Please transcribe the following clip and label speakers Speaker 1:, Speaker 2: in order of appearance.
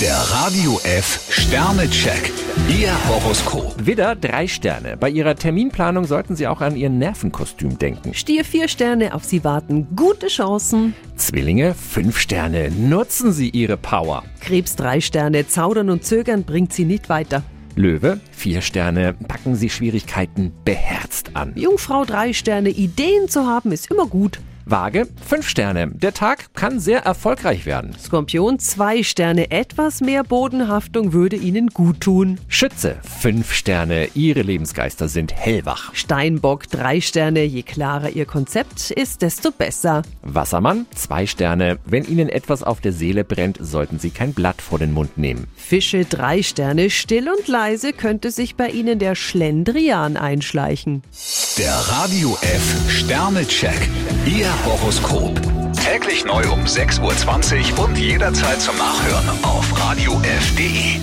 Speaker 1: Der Radio F Sternecheck. Ihr Horoskop.
Speaker 2: Widder, drei Sterne. Bei Ihrer Terminplanung sollten Sie auch an Ihr Nervenkostüm denken.
Speaker 3: Stier vier Sterne, auf Sie warten gute Chancen.
Speaker 2: Zwillinge, fünf Sterne. Nutzen Sie Ihre Power.
Speaker 3: Krebs drei Sterne, Zaudern und Zögern bringt Sie nicht weiter.
Speaker 2: Löwe, vier Sterne. Packen Sie Schwierigkeiten beherzt an.
Speaker 3: Jungfrau drei Sterne, Ideen zu haben ist immer gut.
Speaker 2: Waage, fünf Sterne. Der Tag kann sehr erfolgreich werden.
Speaker 3: Skorpion zwei Sterne, etwas mehr Bodenhaftung würde Ihnen gut tun.
Speaker 2: Schütze, fünf Sterne. Ihre Lebensgeister sind hellwach.
Speaker 3: Steinbock drei Sterne, je klarer Ihr Konzept ist, desto besser.
Speaker 2: Wassermann, zwei Sterne. Wenn Ihnen etwas auf der Seele brennt, sollten Sie kein Blatt vor den Mund nehmen.
Speaker 3: Fische drei Sterne, still und leise könnte sich bei Ihnen der Schlendrian einschleichen.
Speaker 1: Der Radio F Sternecheck. Ihr Horoskop. Täglich neu um 6.20 Uhr und jederzeit zum Nachhören auf Radio radiof.de.